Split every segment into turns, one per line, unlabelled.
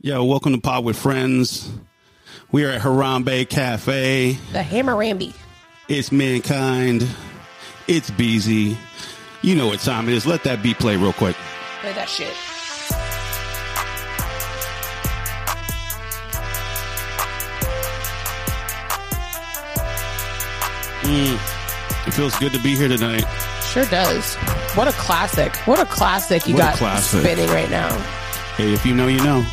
Yo, welcome to Pod with Friends. We are at Harambe Cafe.
The Hammeramby.
It's Mankind. It's Beezy. You know what time it is. Let that beat play real quick.
Play that shit.
It feels good to be here tonight.
Sure does. What a classic. What a classic you
What a
got
classic.
spinning right now.
Hey, if you know, you know.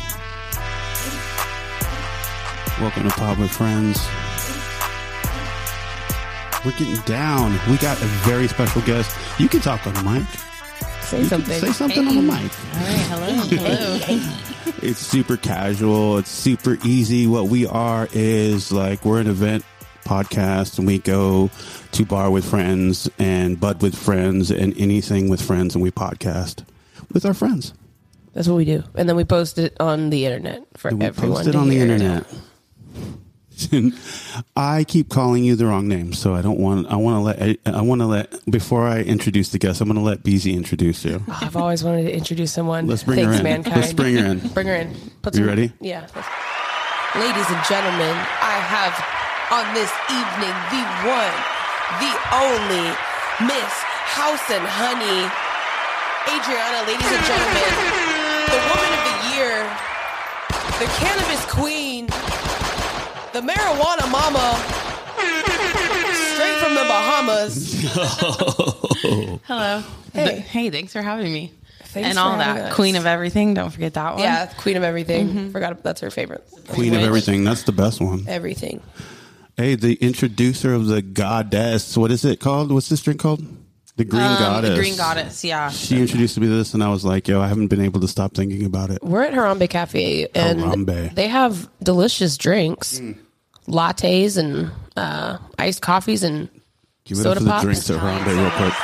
Welcome to Pod with Friends. We're getting down. We got a very special guest. You can talk on the mic.
Say
You can
something.
Say something on the mic.
Hello.
It's super casual. It's super easy. What we are is like we're an event podcast and we go to bar with friends and bud with friends and anything with friends and we podcast with our friends.
That's what we do. And then we post it on the internet for
We
everyone.
post it
to
on the
hear.
internet. I keep calling you the wrong name, so I don't want. I want to let. I, I want to let. Before I introduce the guest, I'm going to let Beezy introduce you.
Oh, I've always wanted to introduce someone.
Let's bring
Thanks,
her in.
mankind.
Let's bring her in.
Bring her in. Put
You ready?
Yeah. Ladies and gentlemen, I have on this evening the one, the only Miss House and Honey, Adriana. Ladies and gentlemen, the woman of the year, the cannabis queen, the marijuana mama, straight from the Bahamas.
Hello.
Hey.
Hey. thanks for having me.
Thanks
and
for
all
having
that.
us.
Queen of everything. Don't forget that one.
Yeah, queen of everything. Forgot that's her favorite.
Queen of
Which-
everything. That's the best one.
Everything.
Hey, the introducer of the goddess. What is it called? What's this drink called? The green
Um,
goddess.
The green goddess. Yeah.
She introduced me to this, and I was like, "Yo, I haven't been able to stop thinking about it."
We're at Harambe Cafe and
Harambe. Mm.
they have delicious drinks, lattes and uh, iced coffees and
Give it
Soda
up for the
pops.
drinks at Harambe real quick.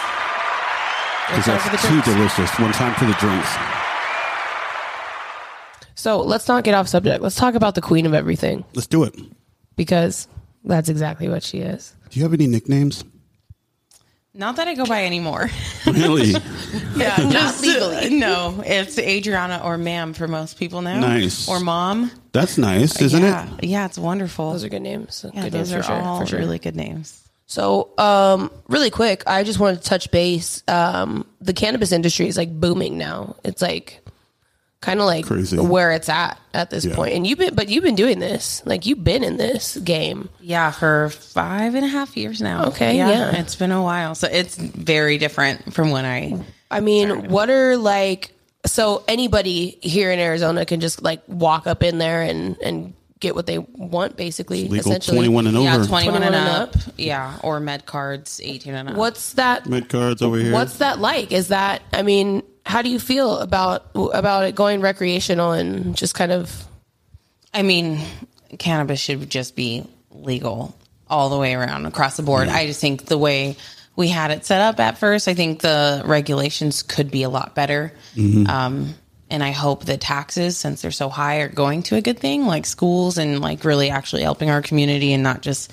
Because
time for
that's
the
too
drinks.
delicious. One time for the drinks.
so let's not get off subject. Let's talk about the queen of everything
Let's do it. Do
because that's exactly what she is.
you have any nicknames?
Not that I go by anymore.
Really?
Yeah. Not legally. No. It's Adriana or ma'am for most people now.
Nice.
Or mom.
That's nice, isn't
Uh, yeah.
it?
Yeah. It's wonderful.
Those are good names.
yeah,
good
those are
names for sure.
all
for sure.
really good names.
So, um, really quick, I just wanted to touch base. Um, the cannabis industry is like booming now. It's like kind of like
Crazy.
where it's at at this
Yeah.
point. And you've been, but you've been doing this. Like you've been in this game.
Yeah, for five and a half years now.
Okay, yeah.
It's been a while. So it's very different from when I
I mean, what are like? So anybody here in Arizona can just like walk up in there and and get what they want, basically.
Legal
essentially,
21 and
Yeah,
over.
21, and,
21 and
up. Yeah, or med cards, 18 and up.
What's that?
Mid cards over here.
What's that like? Is that? I mean, how do you feel about about it going recreational and just kind of?
I mean, cannabis should just be legal all the way around across the board. I just think the way we had it set up at first, I think the regulations could be a lot better. Um, and I hope the taxes, since they're so high, are going to a good thing, like schools and like really actually helping our community and not just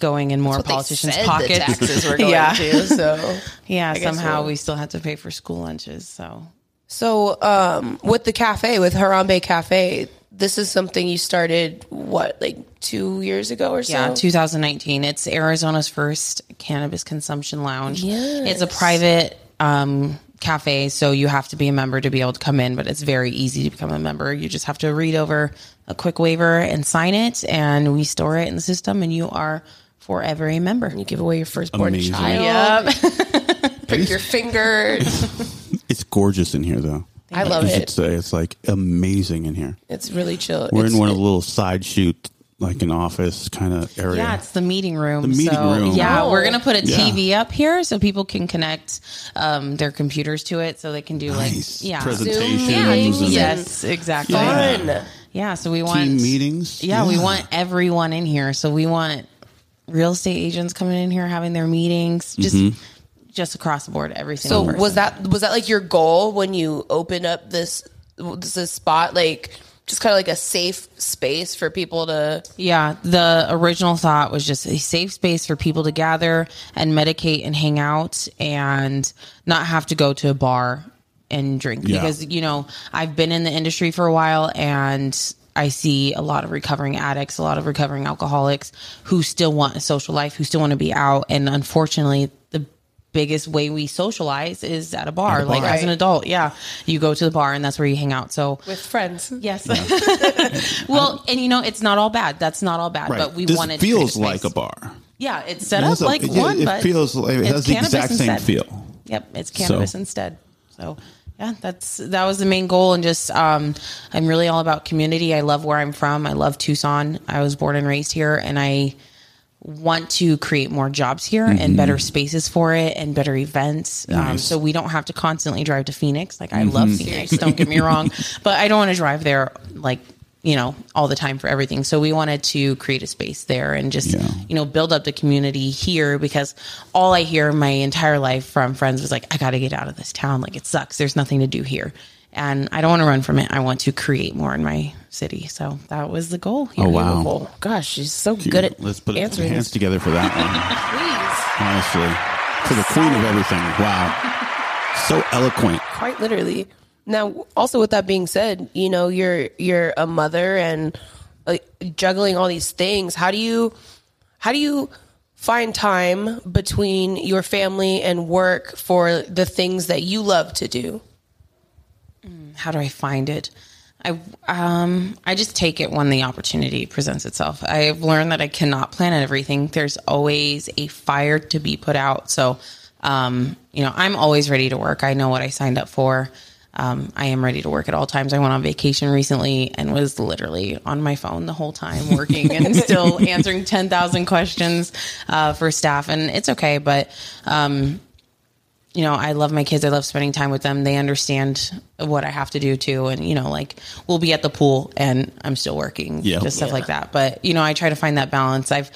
going in more
what they
politicians'
said the
pockets.
taxes were going
yeah.
to, so.
Yeah,
guess
somehow
we'll-
we still had to pay for school lunches. So
So, um, with the cafe, with Harambe Cafe, this is something you started what, like two years ago or so?
Yeah, 2019. It's Arizona's first cannabis consumption lounge.
Yes.
It's a private um, cafe, so you have to be a member to be able to come in, but it's very easy to become a member. You just have to read over a quick waiver and sign it, and we store it in the system, and you are forever a member.
You give away your firstborn
Amazing.
child. Prick your finger.
It's gorgeous in here, though.
I love
you should
it.
say it's like amazing in here.
It's really chill.
We're
it's,
in one of the little side shoot, like an office kind of area.
Yeah, it's the meeting room. The
meeting
so,
room.
Yeah,
Oh.
we're gonna put a
Yeah.
TV up here so people can connect um, their computers to it, so they can do like
Nice.
yeah,
Presentations.
Zoom meetings
and
yes, exactly.
Yeah.
fun.
Yeah, so we want
Team meetings.
Yeah, we want everyone in here. So we want real estate agents coming in here having their meetings, just
Mm-hmm.
just across the board, every
So
single. person.
was that was that like your goal when you opened up this this spot like just kind of like a safe space for people to
yeah, the original thought was just a safe space for people to gather and medicate and hang out and not have to go to a bar and drink
Yeah.
because you know I've been in the industry for a while and I see a lot of recovering addicts, a lot of recovering alcoholics who still want a social life, who still want to be out, and unfortunately the biggest way we socialize is at a bar
At a
like
bar.
as an adult yeah you go to the bar and that's where you hang out so
with friends.
Um,
yes well and you know it's not all bad that's not all bad
Right.
but we
this
wanted to create a
feels
space.
like a bar.
yeah it's set
It
up
has a-
like
it-
one
It
but
feels like it
it's
has the
cannabis
exact same
instead.
feel.
Yep, it's cannabis
So-
instead. So yeah, that's that was the main goal, and just um, I'm really all about community. I love where I'm from. I love Tucson. I was born and raised here, and I want to create more jobs here and better spaces for it and better events. Um,
Mm-hmm. Nice. Mm-hmm.
so we don't have to constantly drive to Phoenix. Like I love Phoenix. Don't get me wrong, but I don't want to drive there like you know all the time for everything. So we wanted to create a space there and just
Yeah.
you know build up the community here because all I hear my entire life from friends was like I got to get out of this town. Like it sucks. There's nothing to do here. And I don't want to run from it. I want to create more in my city. So that was the goal. Here.
Oh, wow.
Beautiful. Gosh, she's so good at
Let's put
answering
hands
this.
together for that one. Honestly,
Please,
for the queen of everything. Wow, so eloquent.
quite literally. Now, also with that being said, you know you're you're a mother and uh, juggling all these things. How do you how do you find time between your family and work for the things that you love to do?
how do I find it? I um I just take it when the opportunity presents itself. I've learned that I cannot plan at everything. There's always a fire to be put out. So um, you know, I'm always ready to work. I know what I signed up for. Um, I am ready to work at all times. I went on vacation recently and was literally on my phone the whole time working and still answering 10,000 questions uh, for staff. And it's okay, but you know, I love my kids. I love spending time with them. They understand what I have to do too. And, you know, like we'll be at the pool and I'm still working.
Yeah.
Just stuff
Yeah.
like that. But, you know, I try to find that balance. I've,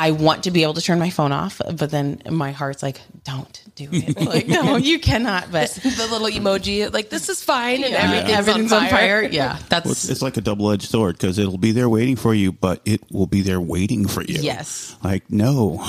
I want to be able to turn my phone off, but then my heart's like, don't do it. Like, no, you cannot. But
The little emoji, like this is fine, and everything's,
everything's on fire. Yeah.
Well,
That's
It's, it's like a double edged sword because it'll be there waiting for you, but it will be there waiting for you.
Yes.
Like, no.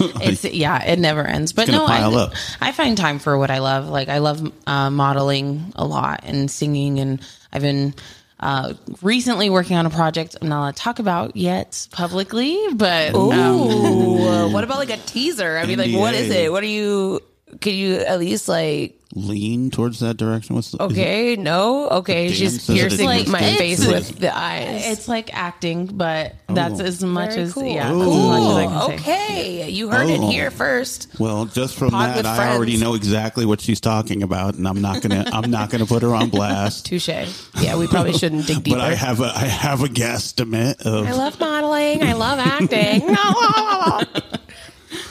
it's yeah it never ends but
gonna
no I,
pile up.
I find time for what i love like i love uh, modeling a lot and singing and i've been uh, recently working on a project i'm not allowed to talk about yet publicly but um,
Ooh, uh, what about like a teaser? I mean, like, what is
NDA.
it? What are you? Could you at least like?
Lean towards that direction. What's
Oh.
the, is it-
Okay, no, okay.
The
She's
damn
piercing
sensitive
my
skin
face
sensitive.
with the eyes.
it's like acting but that's
Oh.
as much
Very
as
cool.
yeah that's
Ooh.
as much as i can say
okay, you heard it
Oh.
here first.
Well, just from
Pod
that,
with
I already
friends.
know exactly what she's talking about, and I'm not gonna. I'm not gonna put her on blast.
Touche. Yeah, we probably shouldn't dig deeper.
But I have a. I have a guesstimate
I
of
love modeling. I love acting.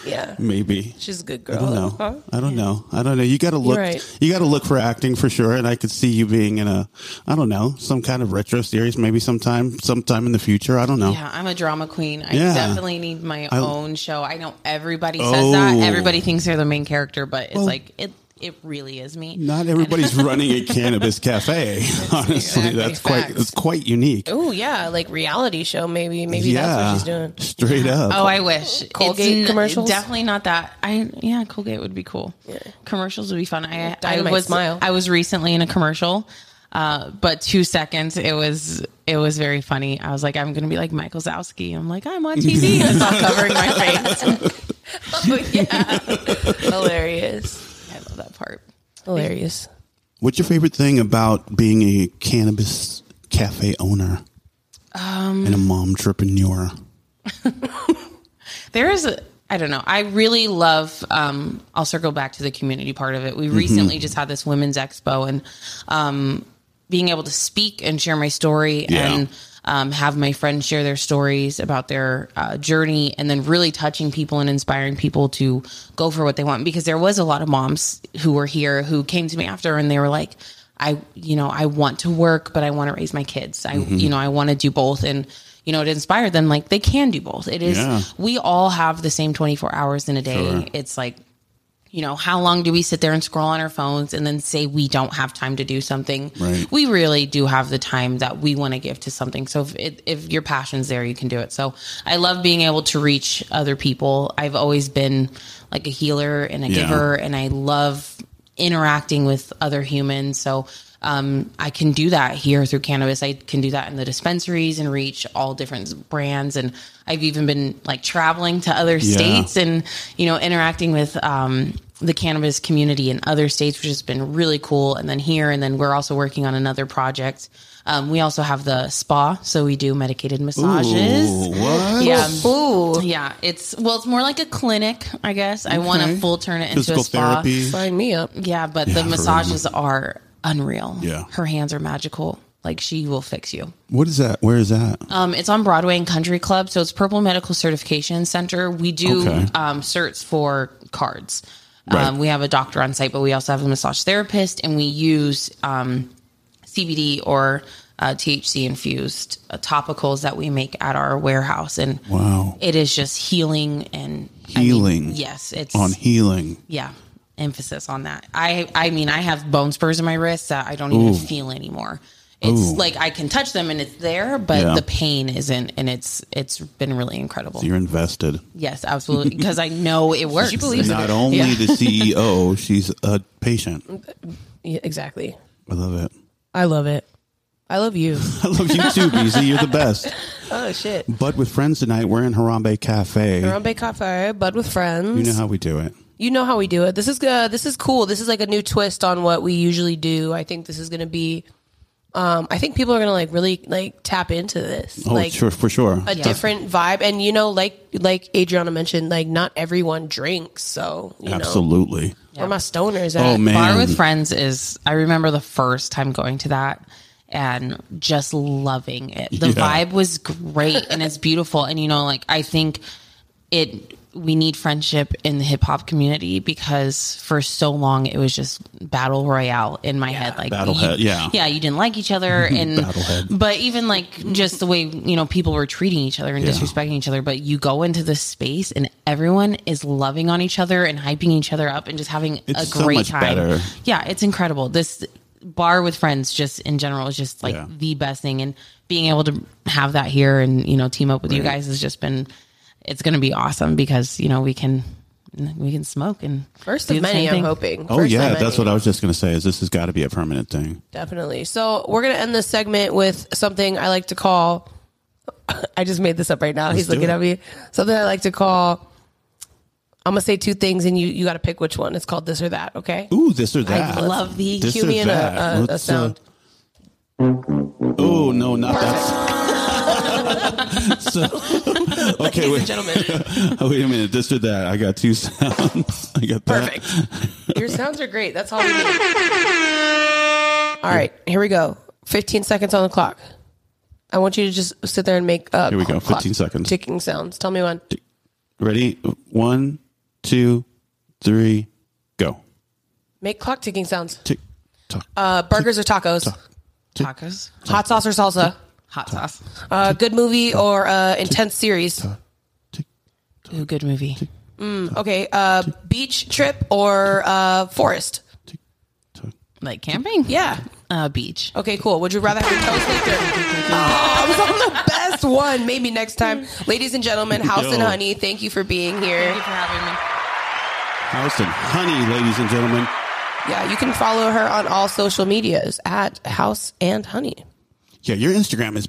yeah,
maybe.
she's a good
I don't
girl.
know. I don't know. I don't know. You got to look.
right.
You got to look for acting for sure. And I could see you being in a. I don't know. Some kind of retro series, maybe sometime, sometime in the future. I don't know.
Yeah, I'm a drama queen. I
Yeah.
definitely need my own show. I know everybody says
Oh.
that. Everybody thinks they're the main character, but it's like it it really is me.
Not everybody's running a cannabis cafe. Honestly,
exactly
that's quite
facts.
that's quite unique.
Oh yeah, like reality show. Maybe maybe that's what she's doing.
straight up.
Oh, I wish
Colgate
It's n-
commercials?
Definitely not that. I yeah, Colgate would be cool. Commercials would be fun. I I
Dynamite
was
smile.
I was recently in a commercial, uh, but two seconds. It was it was very funny. I was like, I'm gonna be like Michael Zowski. I'm like, I'm on TV. I saw covering my face.
Oh yeah, hilarious,
I love that part.
hilarious.
What's your favorite thing about being a cannabis cafe owner
Um,
and a mom entrepreneur?
there is a I don't know. I really love. Um, I'll circle back to the community part of it. We
Mm-hmm.
recently just had this women's expo, and um, being able to speak and share my story
Yeah.
and um, have my friends share their stories about their uh, journey, and then really touching people and inspiring people to go for what they want. Because there was a lot of moms who were here who came to me after, and they were like, "I, you know, I want to work, but I want to raise my kids. I,
Mm-hmm.
you know, I want to do both." And you know, it inspired them like they can do both. It is
Yeah.
we all have the same 24 hours in a day.
Sure.
It's like, you know, how long do we sit there and scroll on our phones and then say we don't have time to do something?
Right.
We really do have the time that we want to give to something. So if, it, if your passion's there, you can do it. So I love being able to reach other people. I've always been like a healer and a
Yeah.
giver, and I love interacting with other humans. So um, I can do that here through cannabis. I can do that in the dispensaries and reach all different brands. And I've even been like traveling to other
Yeah.
states and, you know, interacting with um, the cannabis community in other states, which has been really cool. And then here, and then we're also working on another project. Um, we also have the spa. So we do medicated massages.
Ooh, what?
Um,
Yeah.
Ooh,
Yeah, it's well, it's more like a clinic, I guess. I want to full turn it into
Physical
a spa.
therapy.
sign me up.
Yeah, but
Yeah,
the
for
massages are unreal.
Yeah.
her hands are magical. Like she will fix you.
What is that? Where is that?
Um, it's on Broadway and Country Club, so it's Purple Medical Certification Center. We do
Okay.
um, certs for cards.
Right.
Um, we have a doctor on site, but we also have a massage therapist, and we use um, CBD or uh, THC infused uh, topicals that we make at our warehouse. And
Wow.
it is just healing and I mean,
Healing.
yes, it's
On healing.
yeah. Emphasis on that. I I mean, I have bone spurs in my wrist that I don't even feel anymore. It's
Ooh.
like I can touch them and it's there, but
Yeah.
the pain isn't, and it's it's been really incredible.
You're invested.
Yes, absolutely, because I know it works.
She believes in
Not
it.
only
Yeah.
the CEO, she's a patient.
Yeah, exactly.
I love it.
I love it. I love you.
I love you too, BZ. You're the best.
oh shit.
But with friends tonight, we're in Harambe Cafe.
Harambe Cafe, bud with friends.
You know how we do it.
you know how we do it. This is uh, this is cool. This is like a new twist on what we usually do. I think this is going to be. Um, I think people are going to like really like tap into this,
Oh,
like
sure, for sure.
a different vibe. And you know, like like Adriana mentioned, like not everyone drinks, so you know,
Absolutely.
where my stoners at.
Oh man.
Bar with friends is. I remember the first time going to that and just loving it. The
Yeah.
vibe was great and it's beautiful. And you know, like I think it. We need friendship in the hip hop community because for so long it was just battle royale in my head. Like
Battle
you-
head, yeah.
yeah, you didn't like each other, and
Battle head.
but even like just the way you know people were treating each other and
Yeah.
disrespecting each other. But you go into this space and everyone is loving on each other and hyping each other up and just having
It's
a
so
great
much
time.
better.
Yeah, it's incredible. This bar with friends, just in general, is just like
Yeah.
the best thing. And being able to have that here and you know team up with you guys has just been it's going to be awesome because you know we can we can smoke and
First
do
of
the
many,
same
I'm
thing.
hoping.
Oh
First
yeah,
of
that's
many.
what I was just gonna say. Is this has got to be a permanent thing?
Definitely. So we're gonna end this segment with something I like to call. I just made this up right now. He's
do
looking
it.
at me. Something I like to call. I'm gonna say two things, and you you got to pick which one. It's called this or that. Okay.
Ooh, this or that.
love the
this
cue
or
me in a-
that.
a- a
Let's, uh,
sound.
oh no, not that. so, okay, wait,
Ladies and gentlemen,
oh, wait a minute. This or that. I got two sounds. I got that.
perfect. Your sounds are great. That's all we need. All right, here we go. 15 seconds on the clock. I want you to just sit there and make uh,
Here we go,
clock
15 seconds.
ticking sounds. Tell me when.
Ready? One, two, three, go.
Make clock ticking sounds.
Tick tock.
Uh, burgers or tacos?
tacos,
Hot sauce or salsa?
hot sauce.
Uh, good movie or uh, intense series?
tick.
Ooh, good movie.
Okay, uh, beach trip or uh, forest?
Like camping?
Yeah.
Uh, beach.
Okay, cool. Would you rather have your toes licked or? Oh, I was on the best one. Maybe next time, ladies and gentlemen, House and
Yo.
Honey. Thank you for being here.
Thank you for having me.
House and honey, ladies and gentlemen.
Yeah, you can follow her on all social medias at House and Honey.
Yeah, your Instagram is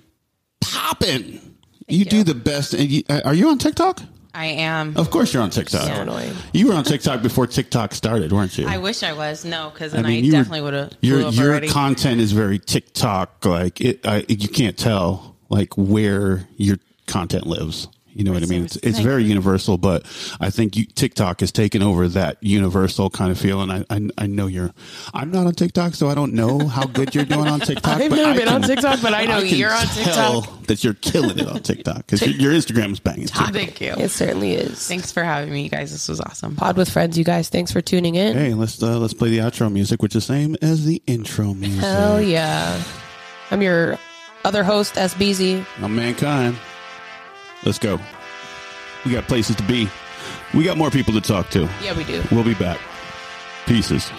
popping. You, do the best. And you, uh, are you on TikTok?
I am.
Of course, you're on TikTok.
So annoying.
You were on TikTok before TikTok started, weren't you?
I wish I was. No, because then I,
you were-
definitely would have.
Your
up
your
already.
content is very TikTok. Like it, I, you can't tell like where your content lives. You know what I mean? It's, it's very universal, but I think you, TikTok has taken over that universal kind of feel. And I, I, I know you're. I'm not on TikTok, so I don't know how good you're doing on TikTok.
I've
but
never
I
been on
can-
TikTok, but I know
can
you're on
tell That you're killing it on TikTok because your Instagram is banging. Too.
Thank you.
It certainly is.
Thanks for having me, you guys. This was awesome.
Pod with friends, you guys. Thanks for tuning in.
Hey, let's uh, let's play the outro music, which is the same as the intro music.
Hell yeah. I'm your other host, SBZ.
I'm mankind. Let's go. We got places to be. We got more people to talk to.
Yeah, we do.
We'll be back. Pieces.